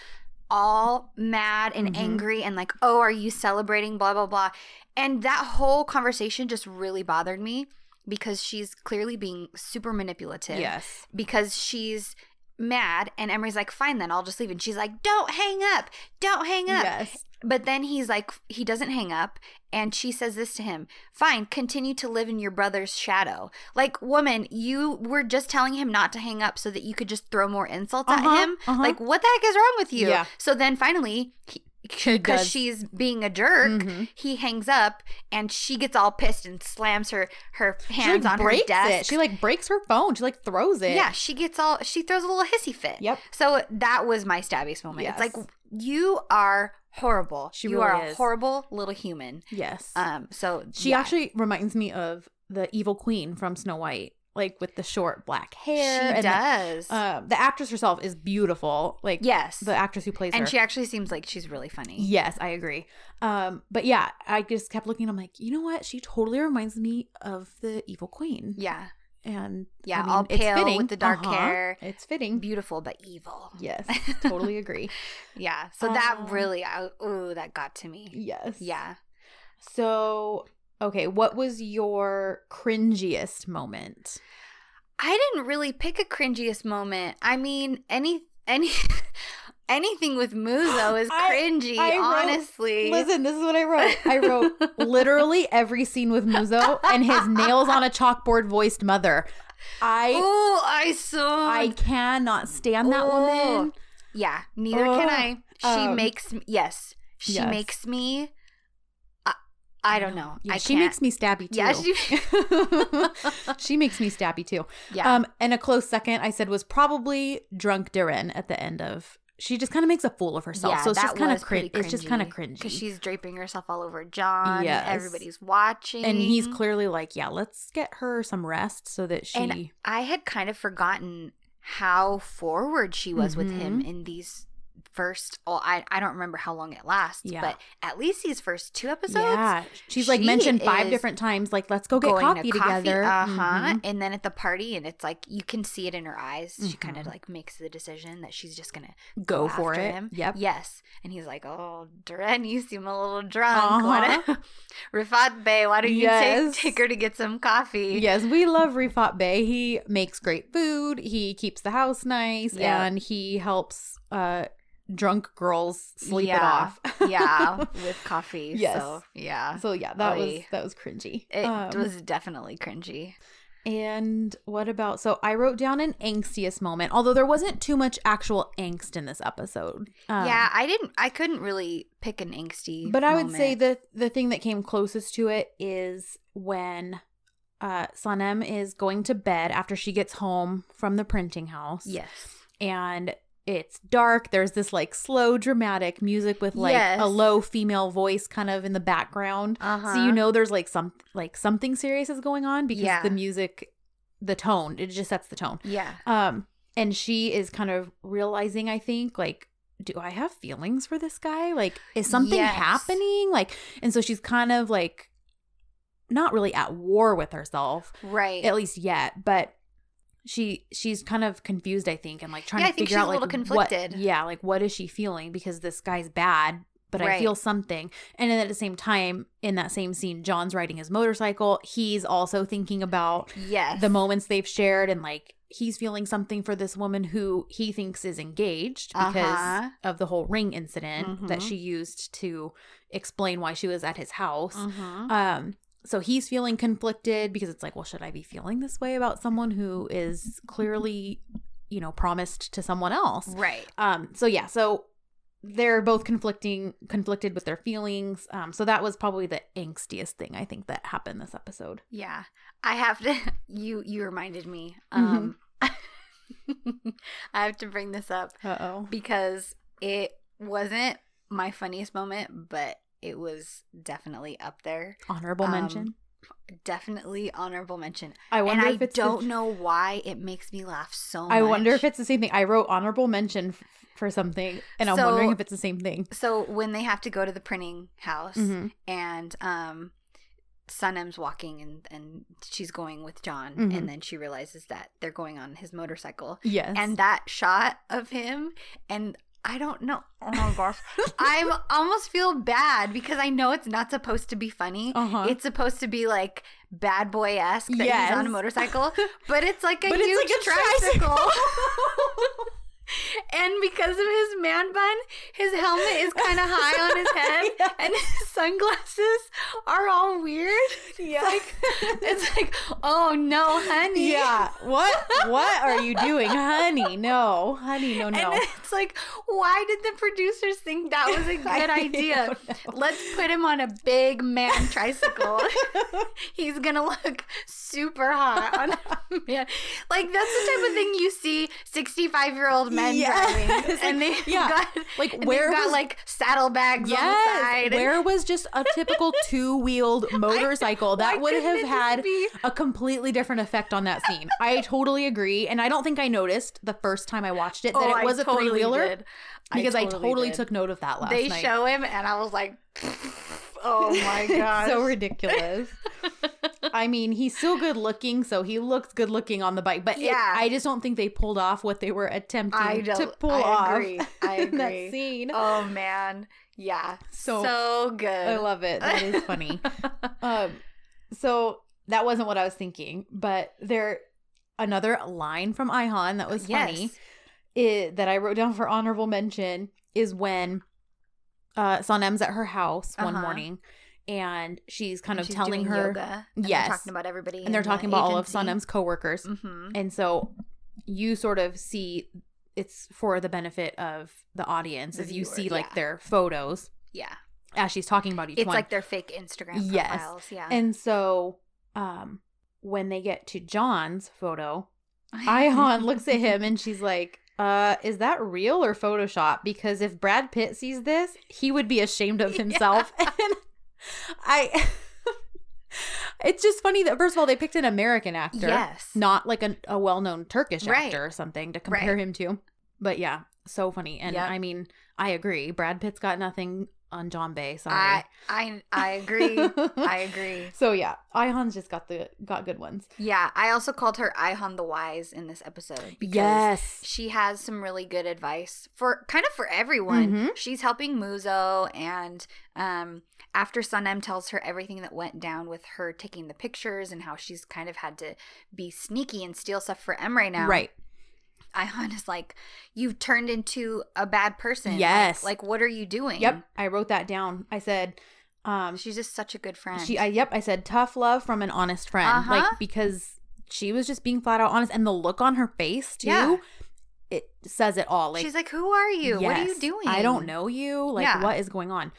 [SPEAKER 1] all mad and
[SPEAKER 2] Mhm.
[SPEAKER 1] angry and like, oh, are you celebrating? Blah, blah, blah. And that whole conversation just really bothered me because she's clearly being super manipulative
[SPEAKER 2] Yes.
[SPEAKER 1] because she's mad and Emery's like, fine then, I'll just leave. And she's like, don't hang up, don't hang up.
[SPEAKER 2] Yes.
[SPEAKER 1] But then he's like, he doesn't hang up. And she says this to him Fine, continue to live in your brother's shadow. Like, woman, you were just telling him not to hang up so that you could just throw more insults
[SPEAKER 2] Uh-huh,
[SPEAKER 1] at him.
[SPEAKER 2] uh-huh.
[SPEAKER 1] Like, what the heck is wrong with you?
[SPEAKER 2] Yeah.
[SPEAKER 1] So then finally, because
[SPEAKER 2] does.
[SPEAKER 1] she's being a jerk,
[SPEAKER 2] Mhm.
[SPEAKER 1] he hangs up and she gets all pissed and slams her, her
[SPEAKER 2] She,
[SPEAKER 1] hands
[SPEAKER 2] like,
[SPEAKER 1] on her
[SPEAKER 2] breaks
[SPEAKER 1] desk.
[SPEAKER 2] It. She like breaks her phone. She like throws it.
[SPEAKER 1] Yeah, she gets all she throws a little hissy fit.
[SPEAKER 2] Yep.
[SPEAKER 1] So that was my stabbiest moment. It's
[SPEAKER 2] Yes.
[SPEAKER 1] like you are horrible.
[SPEAKER 2] She
[SPEAKER 1] you
[SPEAKER 2] really
[SPEAKER 1] are a
[SPEAKER 2] is.
[SPEAKER 1] horrible little human.
[SPEAKER 2] Yes.
[SPEAKER 1] Um. So
[SPEAKER 2] She
[SPEAKER 1] yeah.
[SPEAKER 2] actually reminds me of the evil queen from Snow White, like with the short black hair.
[SPEAKER 1] she
[SPEAKER 2] and the-
[SPEAKER 1] does.
[SPEAKER 2] uh, the actress herself is beautiful. Like
[SPEAKER 1] yes.
[SPEAKER 2] the actress who plays
[SPEAKER 1] and
[SPEAKER 2] her.
[SPEAKER 1] she actually seems like she's really funny.
[SPEAKER 2] yes, I agree. Um, but yeah, I just kept looking. I'm like, you know what? She totally reminds me of the evil queen.
[SPEAKER 1] Yeah.
[SPEAKER 2] And
[SPEAKER 1] Yeah,
[SPEAKER 2] I mean,
[SPEAKER 1] all
[SPEAKER 2] it's
[SPEAKER 1] pale
[SPEAKER 2] fitting.
[SPEAKER 1] with the dark
[SPEAKER 2] Uh-huh.
[SPEAKER 1] hair.
[SPEAKER 2] It's fitting.
[SPEAKER 1] Beautiful but evil.
[SPEAKER 2] Yes, totally agree.
[SPEAKER 1] Yeah. So that
[SPEAKER 2] Um,
[SPEAKER 1] really, I, ooh, that got to me.
[SPEAKER 2] Yes.
[SPEAKER 1] Yeah.
[SPEAKER 2] So okay, what was your cringiest moment?
[SPEAKER 1] I didn't really pick a cringiest moment. I mean, any any anything with Muzo is
[SPEAKER 2] I-
[SPEAKER 1] cringy.
[SPEAKER 2] I wrote-
[SPEAKER 1] honestly,
[SPEAKER 2] Listen, this is what I wrote. I wrote literally every scene with Muzo and his nails on a chalkboard voiced mother. I
[SPEAKER 1] Oh, I saw.
[SPEAKER 2] I cannot stand that
[SPEAKER 1] Oh.
[SPEAKER 2] woman.
[SPEAKER 1] yeah, neither can I.
[SPEAKER 2] Ugh.
[SPEAKER 1] She
[SPEAKER 2] Um,
[SPEAKER 1] makes me, yes, she
[SPEAKER 2] yes.
[SPEAKER 1] makes me. I, I don't know.
[SPEAKER 2] Yeah,
[SPEAKER 1] I
[SPEAKER 2] she
[SPEAKER 1] can't.
[SPEAKER 2] makes me stabby too.
[SPEAKER 1] Yeah, she.
[SPEAKER 2] she makes me stabby too.
[SPEAKER 1] Yeah.
[SPEAKER 2] Um, and a close second I said was probably drunk Darren at the end of. She just kind of makes a fool of herself.
[SPEAKER 1] yeah,
[SPEAKER 2] so it's
[SPEAKER 1] that
[SPEAKER 2] just kind
[SPEAKER 1] was
[SPEAKER 2] of
[SPEAKER 1] pretty
[SPEAKER 2] cringy. It's just kind of
[SPEAKER 1] Because
[SPEAKER 2] cringy.
[SPEAKER 1] she's draping herself all over John.
[SPEAKER 2] Yes.
[SPEAKER 1] Everybody's watching.
[SPEAKER 2] and he's clearly like, yeah, let's get her some rest so that she.
[SPEAKER 1] Mm-hmm. And I had kind of forgotten how forward she was with
[SPEAKER 2] Mm-hmm.
[SPEAKER 1] him in these first. Well, I, I don't remember how long it lasts,
[SPEAKER 2] Yeah.
[SPEAKER 1] but at least these first two episodes.
[SPEAKER 2] yeah, she's like
[SPEAKER 1] she
[SPEAKER 2] mentioned five
[SPEAKER 1] is
[SPEAKER 2] different times. Like, let's go get
[SPEAKER 1] going
[SPEAKER 2] coffee
[SPEAKER 1] to coffee,
[SPEAKER 2] together.
[SPEAKER 1] Uh-huh.
[SPEAKER 2] Mhm.
[SPEAKER 1] And then at the party, and it's like you can see it in her eyes. She kind of
[SPEAKER 2] Mhm.
[SPEAKER 1] like makes the decision that she's just gonna
[SPEAKER 2] Go for
[SPEAKER 1] after
[SPEAKER 2] it.
[SPEAKER 1] Him.
[SPEAKER 2] Yep.
[SPEAKER 1] Yes. And he's like, "Oh, Duran, you seem a little drunk. Why
[SPEAKER 2] Uh-huh.
[SPEAKER 1] don't- Rafat Bey, why don't you
[SPEAKER 2] Yes.
[SPEAKER 1] take, take her to get some coffee?"
[SPEAKER 2] Yes, we love Rifat Bey. He makes great food. He keeps the house nice,
[SPEAKER 1] Yeah.
[SPEAKER 2] and he helps uh, drunk girls sleep it
[SPEAKER 1] Yeah.
[SPEAKER 2] off.
[SPEAKER 1] yeah, with coffee.
[SPEAKER 2] Yes.
[SPEAKER 1] So, yeah.
[SPEAKER 2] so yeah, that was
[SPEAKER 1] Oy.
[SPEAKER 2] that was cringy.
[SPEAKER 1] It
[SPEAKER 2] Um,
[SPEAKER 1] was definitely cringy.
[SPEAKER 2] And what about? So I wrote down an angstiest moment, although there wasn't too much actual angst in this episode. Um,
[SPEAKER 1] yeah, I didn't. I couldn't really pick an angsty.
[SPEAKER 2] but I would say
[SPEAKER 1] moment.
[SPEAKER 2] the the thing that came closest to it is when uh, Sanem is going to bed after she gets home from the printing house.
[SPEAKER 1] yes.
[SPEAKER 2] and It's dark. There's this like slow dramatic music with like
[SPEAKER 1] Yes.
[SPEAKER 2] a low female voice kind of in the background.
[SPEAKER 1] Uh-huh.
[SPEAKER 2] So you know there's like some like something serious is going on because
[SPEAKER 1] Yeah.
[SPEAKER 2] the music the tone, it just sets the tone.
[SPEAKER 1] Yeah.
[SPEAKER 2] Um and she is kind of realizing I think like do I have feelings for this guy? Like is something
[SPEAKER 1] Yes.
[SPEAKER 2] happening? Like and so she's kind of like not really at war with herself
[SPEAKER 1] Right.
[SPEAKER 2] at least yet, but she she's kind of confused I think and like trying
[SPEAKER 1] Yeah,
[SPEAKER 2] to
[SPEAKER 1] I think
[SPEAKER 2] figure
[SPEAKER 1] she's
[SPEAKER 2] out
[SPEAKER 1] a
[SPEAKER 2] like
[SPEAKER 1] little
[SPEAKER 2] what-
[SPEAKER 1] conflicted.
[SPEAKER 2] yeah, like what is she feeling because this guy's bad but I
[SPEAKER 1] Right.
[SPEAKER 2] feel something. And then at the same time, in that same scene, John's riding his motorcycle. He's also thinking about
[SPEAKER 1] yes.
[SPEAKER 2] the moments they've shared and like he's feeling something for this woman who he thinks is engaged because
[SPEAKER 1] Uh-huh.
[SPEAKER 2] of the whole ring incident that
[SPEAKER 1] Mhm.
[SPEAKER 2] she used to explain why she was at his house
[SPEAKER 1] Mhm.
[SPEAKER 2] um so he's feeling conflicted because it's like well should i be feeling this way about someone who is clearly you know promised to someone else
[SPEAKER 1] Right.
[SPEAKER 2] um so yeah so they're both conflicting conflicted with their feelings um so that was probably the angstiest thing i think that happened this episode
[SPEAKER 1] Yeah. I have to you you reminded me.
[SPEAKER 2] Mm-hmm.
[SPEAKER 1] Um I have to bring this up
[SPEAKER 2] uh-oh
[SPEAKER 1] because it wasn't my funniest moment, but it was definitely up there.
[SPEAKER 2] honorable
[SPEAKER 1] Um,
[SPEAKER 2] mention
[SPEAKER 1] Definitely honorable mention.
[SPEAKER 2] I
[SPEAKER 1] And
[SPEAKER 2] wonder
[SPEAKER 1] I
[SPEAKER 2] if it's
[SPEAKER 1] don't
[SPEAKER 2] the,
[SPEAKER 1] know why it makes me laugh so much.
[SPEAKER 2] I wonder if it's the same thing. I wrote honorable mention f- for something, and I'm
[SPEAKER 1] So-
[SPEAKER 2] wondering if it's the same thing. Mm-hmm.
[SPEAKER 1] so when they have to go to the printing house and um Sunem's walking and, and she's going with John
[SPEAKER 2] Mhm.
[SPEAKER 1] and then she realizes that they're going on his motorcycle.
[SPEAKER 2] Yes,
[SPEAKER 1] and that shot of him and I don't know. Oh my gosh. I almost feel bad because I know it's not supposed to be funny.
[SPEAKER 2] Uh-huh.
[SPEAKER 1] It's supposed to be like bad boy esque that
[SPEAKER 2] Yes.
[SPEAKER 1] he's on a motorcycle, but it's like a
[SPEAKER 2] But it's
[SPEAKER 1] huge
[SPEAKER 2] like a
[SPEAKER 1] tricycle. and because of his man bun, his helmet is kind of high on his head
[SPEAKER 2] Yes.
[SPEAKER 1] and his sunglasses are all weird.
[SPEAKER 2] yeah,
[SPEAKER 1] It's like, oh no, honey.
[SPEAKER 2] yeah. What what are you doing, honey? No, honey, no, no.
[SPEAKER 1] And it's like, why did the producers think that was a
[SPEAKER 2] I
[SPEAKER 1] good idea?
[SPEAKER 2] don't know.
[SPEAKER 1] Let's put him on a big man tricycle. He's gonna look super hot on a man. Like that's the type of thing you see sixty-five year old men
[SPEAKER 2] Yes.
[SPEAKER 1] driving, and they've
[SPEAKER 2] Yeah.
[SPEAKER 1] got
[SPEAKER 2] Like,
[SPEAKER 1] and they've
[SPEAKER 2] where
[SPEAKER 1] got
[SPEAKER 2] was-
[SPEAKER 1] like saddlebags on the
[SPEAKER 2] Yes,
[SPEAKER 1] side.
[SPEAKER 2] where was just a typical two wheeled motorcycle
[SPEAKER 1] why
[SPEAKER 2] that would
[SPEAKER 1] couldn't
[SPEAKER 2] have
[SPEAKER 1] it just
[SPEAKER 2] had
[SPEAKER 1] be-
[SPEAKER 2] a completely different effect on that scene? I totally agree, and I don't think I noticed the first time I watched it that
[SPEAKER 1] Oh,
[SPEAKER 2] it
[SPEAKER 1] I
[SPEAKER 2] was a
[SPEAKER 1] totally
[SPEAKER 2] three wheeler
[SPEAKER 1] did.
[SPEAKER 2] because I totally,
[SPEAKER 1] did.
[SPEAKER 2] took note of that last
[SPEAKER 1] They
[SPEAKER 2] night.
[SPEAKER 1] show him, and I was like, oh my
[SPEAKER 2] It's
[SPEAKER 1] god,
[SPEAKER 2] so ridiculous. I mean, he's still good looking, so he looks good looking on the bike. But yeah,
[SPEAKER 1] Yeah.
[SPEAKER 2] I just don't think they pulled off what they were attempting
[SPEAKER 1] I don't.
[SPEAKER 2] to pull
[SPEAKER 1] I
[SPEAKER 2] off
[SPEAKER 1] agree. I
[SPEAKER 2] in that
[SPEAKER 1] agree.
[SPEAKER 2] scene.
[SPEAKER 1] Oh man, yeah,
[SPEAKER 2] So-
[SPEAKER 1] so good.
[SPEAKER 2] I love it. That is funny. um, so that wasn't what I was thinking, but there another line from Ihan that was
[SPEAKER 1] Yes.
[SPEAKER 2] funny i- that I wrote down for honorable mention is when uh Sonem's at her house one
[SPEAKER 1] Uh-huh.
[SPEAKER 2] morning and she's kind
[SPEAKER 1] And
[SPEAKER 2] of
[SPEAKER 1] she's
[SPEAKER 2] telling
[SPEAKER 1] doing
[SPEAKER 2] her
[SPEAKER 1] yoga, and
[SPEAKER 2] yes.
[SPEAKER 1] they're talking about everybody,
[SPEAKER 2] and they're
[SPEAKER 1] in
[SPEAKER 2] talking
[SPEAKER 1] the
[SPEAKER 2] about all of
[SPEAKER 1] agency.
[SPEAKER 2] Sonem's coworkers.
[SPEAKER 1] Mhm.
[SPEAKER 2] And so you sort of see it's for the benefit of the audience
[SPEAKER 1] The
[SPEAKER 2] as you
[SPEAKER 1] viewer,
[SPEAKER 2] see like
[SPEAKER 1] yeah.
[SPEAKER 2] their photos
[SPEAKER 1] Yeah,
[SPEAKER 2] as she's talking about each
[SPEAKER 1] it's
[SPEAKER 2] one.
[SPEAKER 1] like their fake Instagram
[SPEAKER 2] Yes.
[SPEAKER 1] profiles. Yeah,
[SPEAKER 2] and so um when they get to John's photo, Ihan looks at him and she's like, uh, is that real or Photoshop? Because if Brad Pitt sees this, he would be ashamed of himself. And I It's just funny that first of all they picked an American actor
[SPEAKER 1] yes,
[SPEAKER 2] not like a, a well-known Turkish
[SPEAKER 1] Right.
[SPEAKER 2] actor or something to compare him to. But yeah, so funny. And
[SPEAKER 1] Yep.
[SPEAKER 2] I mean, I agree. Brad Pitt's got nothing on John Bay. Sorry.
[SPEAKER 1] I I I agree. I agree.
[SPEAKER 2] so yeah, Ihan's just got the got good ones.
[SPEAKER 1] Yeah, I also called her Ihan the Wise in this episode because she has some really good advice for kind of for everyone.
[SPEAKER 2] Mhm.
[SPEAKER 1] She's helping Muzo, and um, after Sunem tells her everything that went down with her taking the pictures and how she's kind of had to be sneaky and steal stuff for Emre now.
[SPEAKER 2] Right.
[SPEAKER 1] Ihan is like, "You've turned into a bad person. Like-
[SPEAKER 2] Yes.
[SPEAKER 1] like what are you doing?
[SPEAKER 2] Yep. I wrote that down. I said, um,
[SPEAKER 1] She's just such a good friend.
[SPEAKER 2] She, I, yep, I said tough love from an honest friend,
[SPEAKER 1] Uh-huh.
[SPEAKER 2] like because she was just being flat out honest, and the look on her face too,
[SPEAKER 1] Yeah.
[SPEAKER 2] it says it all. Like
[SPEAKER 1] she's like, who are you? What are you
[SPEAKER 2] yes,
[SPEAKER 1] doing?
[SPEAKER 2] I don't know you. Like
[SPEAKER 1] Yeah.
[SPEAKER 2] what is going on?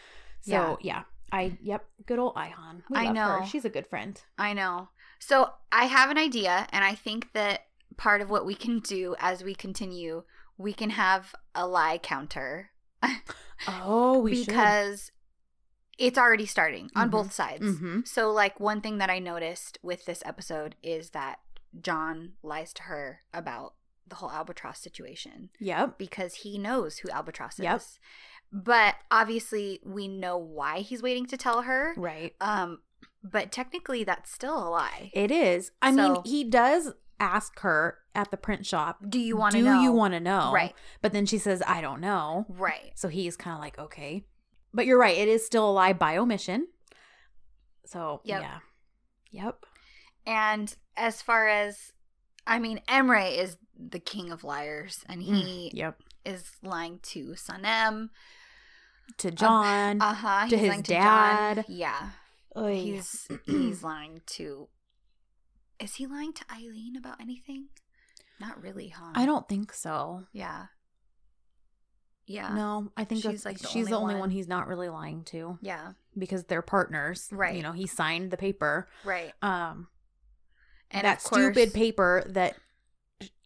[SPEAKER 2] So yeah,
[SPEAKER 1] Yeah.
[SPEAKER 2] I yep, good old Ihan. We
[SPEAKER 1] I
[SPEAKER 2] love her.
[SPEAKER 1] know.
[SPEAKER 2] she's a good friend.
[SPEAKER 1] I know. So I have an idea, and I think that part of what we can do as we continue we can have a lie counter
[SPEAKER 2] Oh, we
[SPEAKER 1] because it's already starting on
[SPEAKER 2] Mhm.
[SPEAKER 1] both sides.
[SPEAKER 2] should. Mm-hmm.
[SPEAKER 1] So, like, one thing that I noticed with this episode is that John lies to her about the whole albatross situation
[SPEAKER 2] Yep.
[SPEAKER 1] because he knows who albatross is.
[SPEAKER 2] Yep.
[SPEAKER 1] But obviously, we know why he's waiting to tell her.
[SPEAKER 2] Right.
[SPEAKER 1] Um, but technically, that's still a lie.
[SPEAKER 2] It is. I
[SPEAKER 1] So-
[SPEAKER 2] mean, he does ask her at the print shop.
[SPEAKER 1] Do you want to
[SPEAKER 2] Do
[SPEAKER 1] know?
[SPEAKER 2] you want to know?
[SPEAKER 1] Right.
[SPEAKER 2] But then she says, I don't know.
[SPEAKER 1] Right.
[SPEAKER 2] So he's kind of like, okay. But you're right. It is still a lie by omission. So,
[SPEAKER 1] Yep.
[SPEAKER 2] yeah. Yep.
[SPEAKER 1] And as far as, I mean, Emre is the king of liars,
[SPEAKER 2] Mm,
[SPEAKER 1] and he
[SPEAKER 2] Yep.
[SPEAKER 1] is lying to Sanem.
[SPEAKER 2] To John.
[SPEAKER 1] Uh huh.
[SPEAKER 2] To his dad.
[SPEAKER 1] Yeah.
[SPEAKER 2] Oy.
[SPEAKER 1] He's he's lying to. Is he lying to Eileen about anything? Not really, huh?
[SPEAKER 2] I don't think so.
[SPEAKER 1] Yeah. Yeah.
[SPEAKER 2] No, I think
[SPEAKER 1] She's,
[SPEAKER 2] she's,
[SPEAKER 1] like, the
[SPEAKER 2] she's the
[SPEAKER 1] only
[SPEAKER 2] only
[SPEAKER 1] one.
[SPEAKER 2] one he's not really lying to
[SPEAKER 1] Yeah.
[SPEAKER 2] because they're partners.
[SPEAKER 1] Right.
[SPEAKER 2] You know, he signed the paper.
[SPEAKER 1] Right.
[SPEAKER 2] Um,
[SPEAKER 1] And
[SPEAKER 2] that
[SPEAKER 1] of course-
[SPEAKER 2] stupid paper that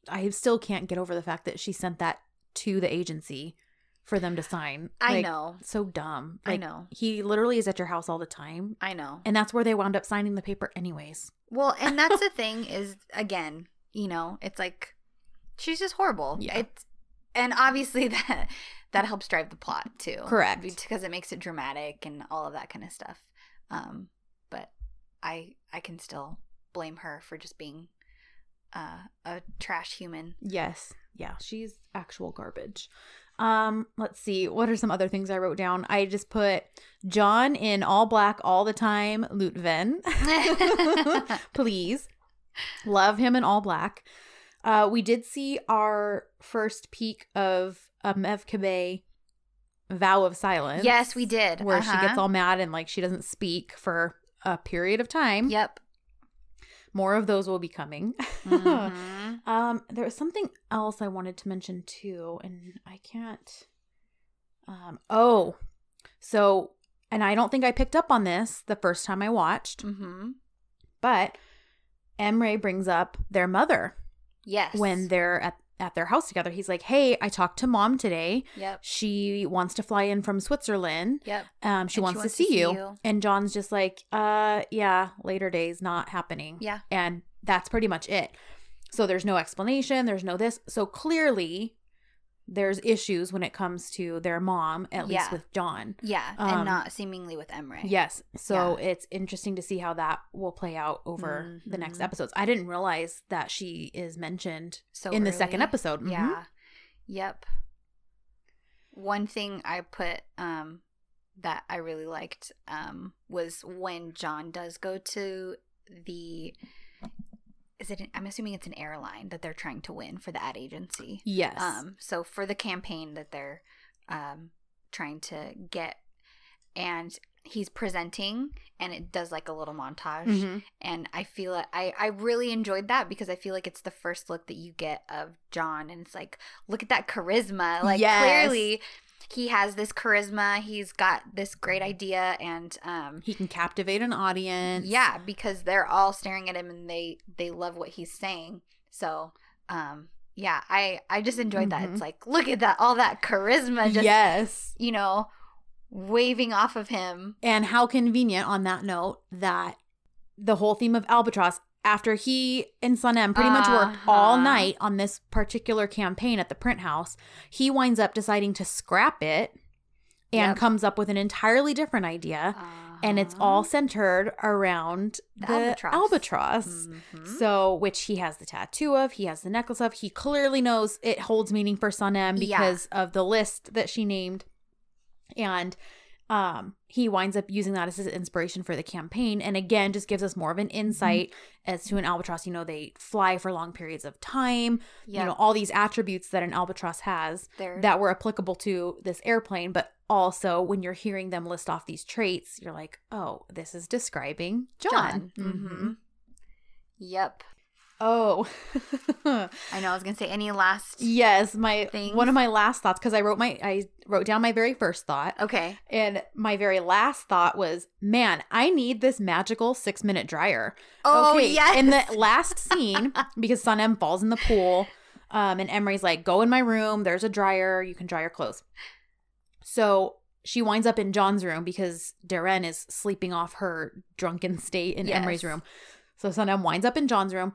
[SPEAKER 2] I still can't get over the fact that she sent that to the agency for them to sign.
[SPEAKER 1] I
[SPEAKER 2] Like,
[SPEAKER 1] know.
[SPEAKER 2] So dumb.
[SPEAKER 1] I
[SPEAKER 2] Like,
[SPEAKER 1] know.
[SPEAKER 2] He literally is at your house all the time.
[SPEAKER 1] I know.
[SPEAKER 2] And that's where they wound up signing the paper, anyways.
[SPEAKER 1] Well, and that's the thing is again, you know, it's like she's just horrible.
[SPEAKER 2] Yeah.
[SPEAKER 1] It's and obviously that that helps drive the plot too.
[SPEAKER 2] Correct.
[SPEAKER 1] Because it makes it dramatic and all of that kind of stuff. Um, but I I can still blame her for just being uh, a trash human.
[SPEAKER 2] Yes. Yeah. She's actual garbage. Um, let's see. What are some other things I wrote down? I just put John in all black all the time, Lutven. Please. Love him in all black. Uh, we did see our first peek of a Mevkabe vow of silence.
[SPEAKER 1] yes, we did.
[SPEAKER 2] Where she gets
[SPEAKER 1] Uh-huh.
[SPEAKER 2] all mad and like she doesn't speak for a period of time.
[SPEAKER 1] Yep.
[SPEAKER 2] More of those will be coming.
[SPEAKER 1] Mhm.
[SPEAKER 2] Um, there was something else I wanted to mention too, and I can't. Um, oh, so, and I don't think I picked up on this the first time I watched,
[SPEAKER 1] Mhm.
[SPEAKER 2] but Emre brings up their mother
[SPEAKER 1] Yes.
[SPEAKER 2] when they're at, at their house together. He's like, Hey, I talked to mom today.
[SPEAKER 1] Yep.
[SPEAKER 2] She wants to fly in from Switzerland.
[SPEAKER 1] Yep.
[SPEAKER 2] Um, she,
[SPEAKER 1] And
[SPEAKER 2] wants, to see, you. And John's just like, uh, yeah, later days not happening.
[SPEAKER 1] Yeah.
[SPEAKER 2] And that's pretty much it. So there's no explanation, there's no this. So clearly there's issues when it comes to their mom, at
[SPEAKER 1] Yeah.
[SPEAKER 2] least with John.
[SPEAKER 1] Yeah,
[SPEAKER 2] Um,
[SPEAKER 1] and not seemingly with Emre.
[SPEAKER 2] Yes. So it's interesting to see how that will play out over the next
[SPEAKER 1] Mhm.
[SPEAKER 2] episodes. I didn't realize that she is mentioned
[SPEAKER 1] so
[SPEAKER 2] in the second
[SPEAKER 1] early.
[SPEAKER 2] episode. Mhm.
[SPEAKER 1] Oh, Yeah. Yep. One thing I put um that I really liked um was when John does go to the is it an, I'm assuming it's an airline that they're trying to win for the ad agency.
[SPEAKER 2] Yes.
[SPEAKER 1] Um so for the campaign that they're um trying to get and he's presenting and it does like a little montage
[SPEAKER 2] Mhm.
[SPEAKER 1] and I feel it. I I really enjoyed that because I feel like it's the first look that you get of John, and it's like, look at that charisma. Like
[SPEAKER 2] Yes.
[SPEAKER 1] clearly, he has this charisma. He's got this great idea, and um,
[SPEAKER 2] He can captivate an audience.
[SPEAKER 1] yeah, because they're all staring at him and they they love what he's saying. So, um, yeah, I I just enjoyed that. It's like, look at that, all that charisma, just
[SPEAKER 2] Mm-hmm. yes.
[SPEAKER 1] you know, waving off of him.
[SPEAKER 2] And how convenient on that note that the whole theme of Albatross, after he and Sun M pretty much worked all
[SPEAKER 1] Uh-huh.
[SPEAKER 2] night on this particular campaign at the print house, he winds up deciding to scrap it and
[SPEAKER 1] Yep.
[SPEAKER 2] comes up with an entirely different idea. And it's all
[SPEAKER 1] Uh-huh.
[SPEAKER 2] centered around
[SPEAKER 1] The
[SPEAKER 2] the,
[SPEAKER 1] albatross.
[SPEAKER 2] albatross.
[SPEAKER 1] Mhm.
[SPEAKER 2] Mm-hmm. So, which he has the tattoo of, he has the necklace of. He clearly knows it holds meaning for Sun M
[SPEAKER 1] Yeah.
[SPEAKER 2] because of the list that she named. And um, he winds up using that as his inspiration for the campaign. And again, just gives us more of an
[SPEAKER 1] Mm-hmm.
[SPEAKER 2] insight as to an albatross. You know, they fly for long periods of time,
[SPEAKER 1] yeah,
[SPEAKER 2] you know, all these attributes that an albatross has
[SPEAKER 1] they're-
[SPEAKER 2] that were applicable to this airplane. But also, when you're hearing them list off these traits, you're like, oh, this is describing John.
[SPEAKER 1] Mm-hmm. Yep.
[SPEAKER 2] Oh.
[SPEAKER 1] I know. I was gonna say any last.
[SPEAKER 2] yes, my
[SPEAKER 1] Things.
[SPEAKER 2] one of my last thoughts cuz I wrote my I wrote down my very first thought
[SPEAKER 1] Okay.
[SPEAKER 2] and my very last thought was, "Man, I need this magical 6-minute dryer."
[SPEAKER 1] Oh
[SPEAKER 2] Okay,
[SPEAKER 1] yes.
[SPEAKER 2] In the last scene because Sun M falls in the pool Um, and Emery's like, go in my room. There's a dryer. You can dry your clothes. So she winds up in John's room because Darren is sleeping off her drunken state in
[SPEAKER 1] Yes.
[SPEAKER 2] Emery's room. So Sundam winds up in John's room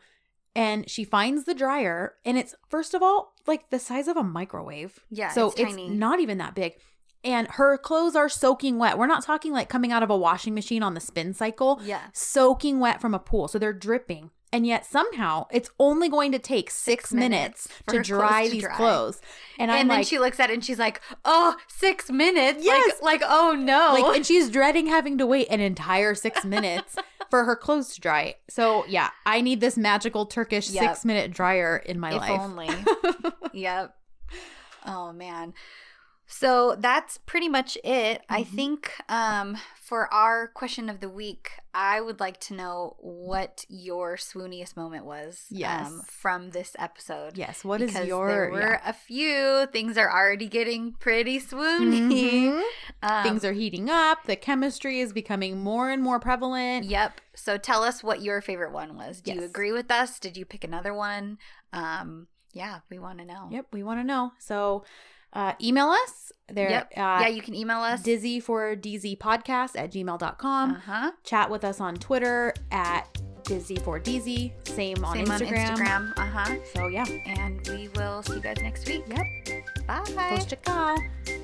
[SPEAKER 2] and she finds the dryer. And it's, first of all, like the size of a microwave.
[SPEAKER 1] Yeah,
[SPEAKER 2] so
[SPEAKER 1] it's
[SPEAKER 2] it's,
[SPEAKER 1] tiny.
[SPEAKER 2] not even that big. And her clothes are soaking wet. We're not talking like coming out of a washing machine on the spin cycle
[SPEAKER 1] Yeah.
[SPEAKER 2] soaking wet from a pool. So they're dripping. And yet somehow it's only going to take six,
[SPEAKER 1] Six minutes
[SPEAKER 2] minutes,
[SPEAKER 1] for her
[SPEAKER 2] to dry
[SPEAKER 1] clothes to
[SPEAKER 2] these
[SPEAKER 1] dry.
[SPEAKER 2] clothes. And,
[SPEAKER 1] And,
[SPEAKER 2] I'm
[SPEAKER 1] then
[SPEAKER 2] like,
[SPEAKER 1] she looks at it and she's like, oh, six minutes?
[SPEAKER 2] Yes.
[SPEAKER 1] Like, like oh no.
[SPEAKER 2] like, and she's dreading having to wait an entire six minutes for her clothes to dry. So yeah, I need this magical Turkish
[SPEAKER 1] Yep.
[SPEAKER 2] six minute dryer in my
[SPEAKER 1] if
[SPEAKER 2] life.
[SPEAKER 1] only. yep. Oh man. So that's pretty much it. I
[SPEAKER 2] Mhm.
[SPEAKER 1] think um, for our question of the week, I would like to know what your swooniest moment was um,
[SPEAKER 2] Yes.
[SPEAKER 1] from this episode.
[SPEAKER 2] yes. What is
[SPEAKER 1] because
[SPEAKER 2] your
[SPEAKER 1] There were a few things are already getting pretty
[SPEAKER 2] yeah.
[SPEAKER 1] swoony.
[SPEAKER 2] Mhm.
[SPEAKER 1] Um,
[SPEAKER 2] Things are heating up. The chemistry is becoming more and more prevalent.
[SPEAKER 1] Yep. So tell us what your favorite one was. Do you
[SPEAKER 2] Yes.
[SPEAKER 1] agree with us? Did you pick another one? Um, yeah, we want to know.
[SPEAKER 2] Yep, we want to know. So uh, email us. There
[SPEAKER 1] Yep.
[SPEAKER 2] uh,
[SPEAKER 1] yeah, you can email us.
[SPEAKER 2] dizzy for dz podcast at gmail.com
[SPEAKER 1] uh huh.
[SPEAKER 2] chat with us on twitter at dizzy for dz same, on,
[SPEAKER 1] Same
[SPEAKER 2] instagram.
[SPEAKER 1] on Instagram. Uh huh.
[SPEAKER 2] so yeah
[SPEAKER 1] And we will see you guys next week.
[SPEAKER 2] Yep.
[SPEAKER 1] Bye.
[SPEAKER 2] Hoşça kal.